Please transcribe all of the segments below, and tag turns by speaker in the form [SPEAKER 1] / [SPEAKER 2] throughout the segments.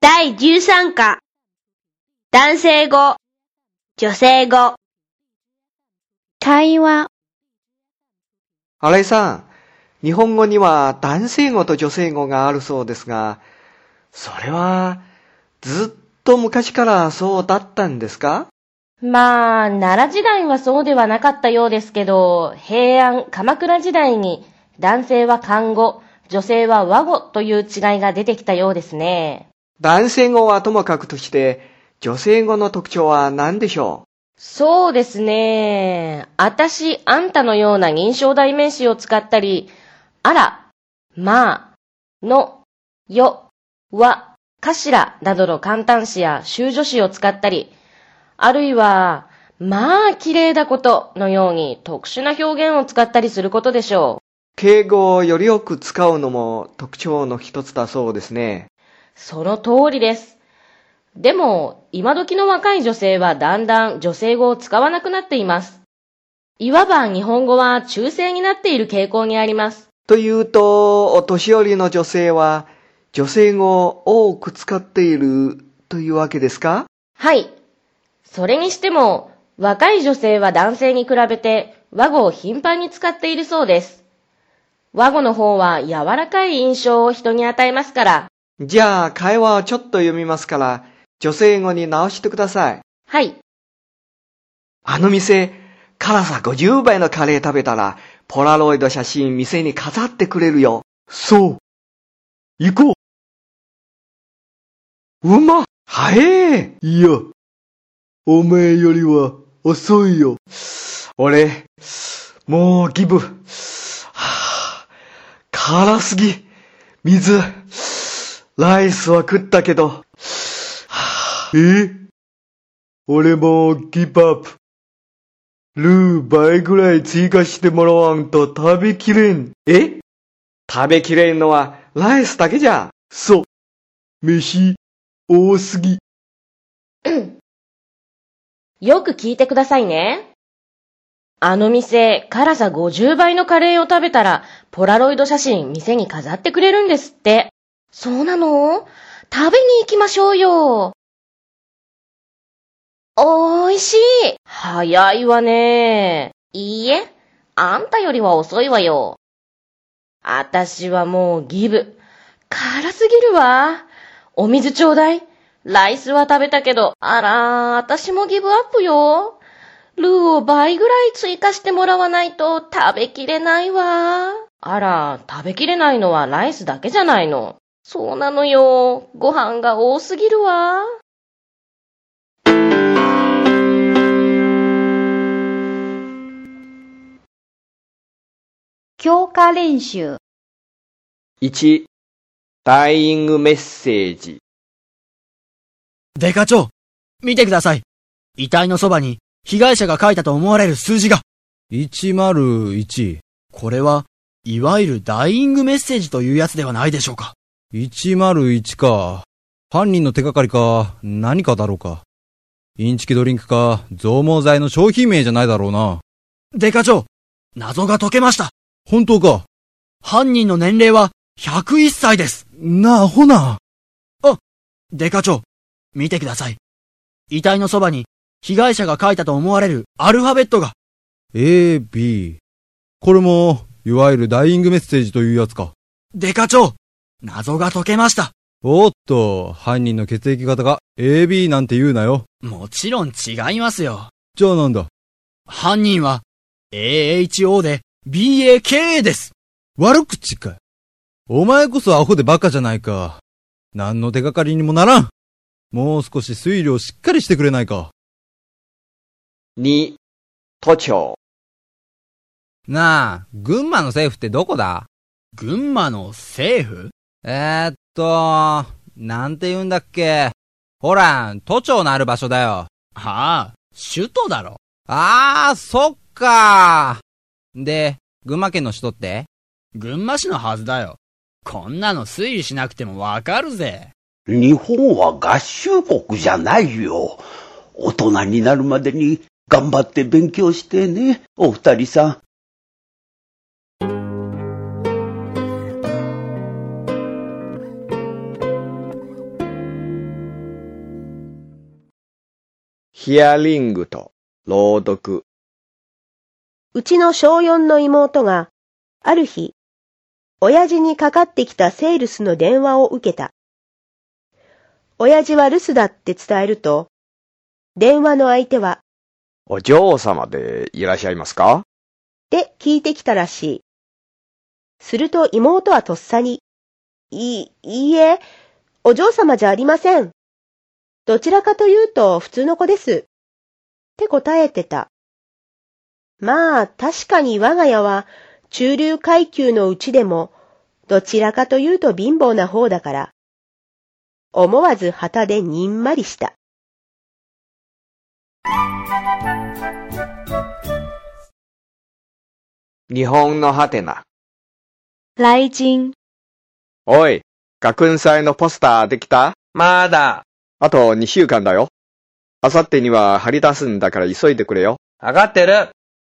[SPEAKER 1] 第十三課、男性語、女性語。対話、
[SPEAKER 2] 新井さん、日本語には男性語と女性語があるそうですが、それはずっと昔からそうだったんですか
[SPEAKER 3] まあ、奈良時代はそうではなかったようですけど、平安、鎌倉時代に男性は漢語、女性は和語という違いが出てきたようですね。
[SPEAKER 2] 男性語はともかくとして、女性語の特徴は何でしょ
[SPEAKER 3] そうですね。あたし、あんたのような認証代名詞を使ったり、あら、まあ、の、よ、わ、かしらなどの簡単詞や修助詞を使ったり、あるいは、まあ、綺麗だことのように特殊な表現を使ったりすることでしょう。
[SPEAKER 2] う敬語をよりよく使うのも特徴の一つだそうですね。
[SPEAKER 3] その通りです。でも、今時の若い女性はだんだん女性語を使わなくなっています。いわば日本語は中性になっている傾向にあります。
[SPEAKER 2] というと、お年寄りの女性は女性語を多く使っているというわけですか
[SPEAKER 3] はい。それにしても、若い女性は男性に比べて和語を頻繁に使っているそうです。和語の方は柔らかい印象を人に与えますから。
[SPEAKER 2] じゃあ会話をちょっと読みますから、女性語に直してください。
[SPEAKER 3] はい。
[SPEAKER 2] あの店、辛さ50倍のカレー食べたら、ポラロイド写真店に飾ってくれるよ。そう。行こう。うま早えいや、お前よりは遅いよ。俺、もうギブ。はあ辛すぎ。水。ライスは食ったけど。はあえ俺もギブアップ。ルー倍ぐらい追加してもらわんと食べきれん。え食べきれんのはライスだけじゃ。そう。飯、多すぎ。
[SPEAKER 3] よく聞いてくださいね。あの店、辛さ50倍のカレーを食べたら、ポラロイド写真店に飾ってくれるんですって。そうなの食べに行きましょうよ。おーいしい。早いわね。いいえ、あんたよりは遅いわよ。あたしはもうギブ。辛すぎるわ。お水ちょうだい。ライスは食べたけど、あら、私もギブアップよ。ルーを倍ぐらい追加してもらわないと食べきれないわ。あら、食べきれないのはライスだけじゃないの。そうなのよ。ご飯が多すぎるわ。
[SPEAKER 1] 強化練習、
[SPEAKER 2] 1、ダイイングメッセージ。
[SPEAKER 4] デカ長、見てください。遺体のそばに被害者が書いたと思われる数字が。101。これは、いわゆるダイイングメッセージというやつではないでしょうか。
[SPEAKER 5] 101か。犯人の手がかりか、何かだろうか。インチキドリンクか、増毛剤の商品名じゃないだろうな。
[SPEAKER 4] デカ長、謎が解けました。
[SPEAKER 5] 本当か。
[SPEAKER 4] 犯人の年齢は101歳です。
[SPEAKER 5] なあ、ほな。
[SPEAKER 4] デカ長、見てください。遺体のそばに被害者が書いたと思われるアルファベットが。
[SPEAKER 5] A, B。これも、いわゆるダイイングメッセージというやつか。
[SPEAKER 4] デカ長、謎が解けました。
[SPEAKER 5] おっと、犯人の血液型が AB なんて言うなよ。
[SPEAKER 4] もちろん違いますよ。
[SPEAKER 5] じゃあなんだ。
[SPEAKER 4] 犯人は AHO で BAKA です。
[SPEAKER 5] 悪口か。お前こそアホでバカじゃないか。何の手がかりにもならん。もう少し推理をしっかりしてくれないか。
[SPEAKER 2] 2、都庁。
[SPEAKER 6] なあ、群馬の政府ってどこだ
[SPEAKER 4] 群馬の政府
[SPEAKER 6] えー、っと、なんて言うんだっけ。ほら、都庁のある場所だよ。
[SPEAKER 4] ああ、首都だろ。
[SPEAKER 6] あー、そっかで、群馬県の首都って
[SPEAKER 4] 群馬市のはずだよ。こんなの推理しなくてもわかるぜ。
[SPEAKER 7] 日本は合衆国じゃないよ。大人になるまでに頑張って勉強してね、お二人さん。
[SPEAKER 2] ヒアリングと朗読。
[SPEAKER 8] うちの小4の妹が、ある日、親父にかかってきたセールスの電話を受けた。親父は留守だって伝えると、電話の相手は、
[SPEAKER 2] お嬢様でいらっしゃいますか
[SPEAKER 8] って聞いてきたらしい。すると妹はとっさに、い、いいえ、お嬢様じゃありません。どちらかというと普通の子です。って答えてた。まあ、確かに我が家は中流階級のうちでも、どちらかというと貧乏な方だから、思わず旗でにんまりした。
[SPEAKER 2] 日本のハテナ。
[SPEAKER 1] 雷神。
[SPEAKER 2] おい、学園祭のポスターできた
[SPEAKER 9] まだ。
[SPEAKER 2] あと2週間だよ。あさってには張り出すんだから急いでくれよ。
[SPEAKER 9] 上がってる。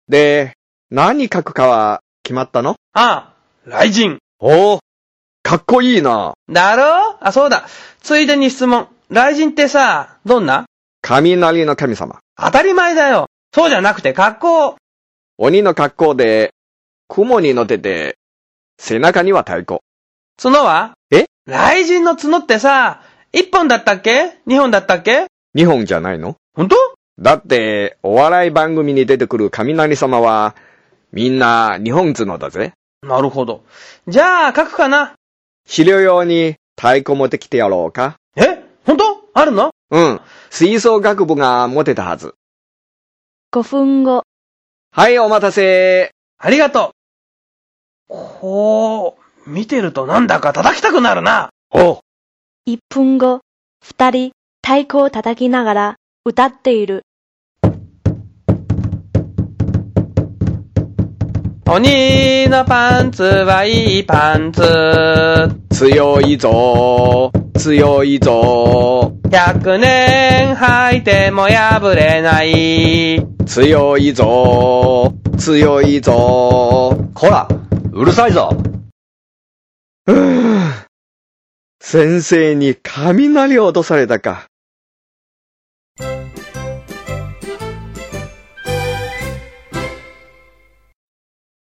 [SPEAKER 2] で、何書くかは決まったの
[SPEAKER 9] ああ、雷神。
[SPEAKER 2] おお、かっこいいな。
[SPEAKER 9] だろあ、そうだ。ついでに質問。雷神ってさ、どんな
[SPEAKER 2] 雷の神様。
[SPEAKER 9] 当たり前だよ。そうじゃなくて格好。
[SPEAKER 2] 鬼の格好で、雲に乗ってて、背中には太鼓。
[SPEAKER 9] 角は
[SPEAKER 2] え
[SPEAKER 9] 雷神の角ってさ、一本だったっけ二本だったっけ
[SPEAKER 2] 二本じゃないの
[SPEAKER 9] 本当
[SPEAKER 2] だって、お笑い番組に出てくる雷様は、みんな二本角だぜ。
[SPEAKER 9] なるほど。じゃあ、書くかな。
[SPEAKER 2] 資料用に太鼓持ってきてやろうか。
[SPEAKER 9] え本当あるの
[SPEAKER 2] うん。吹奏楽部が持てたはず。
[SPEAKER 1] 5分後。
[SPEAKER 2] はい、お待たせ。
[SPEAKER 9] ありがとう。こう、見てるとなんだか叩きたくなるな。
[SPEAKER 2] おう。
[SPEAKER 1] 1分後、2人、太鼓を叩きながら歌っている。
[SPEAKER 9] 鬼のパンツはいいパンツ。
[SPEAKER 2] 強いぞ、強いぞ。
[SPEAKER 9] 100年履いても破れない。
[SPEAKER 2] 強いぞ、強いぞ。
[SPEAKER 10] こら、うるさ いぞ。
[SPEAKER 2] うー先生に雷を落とされたか。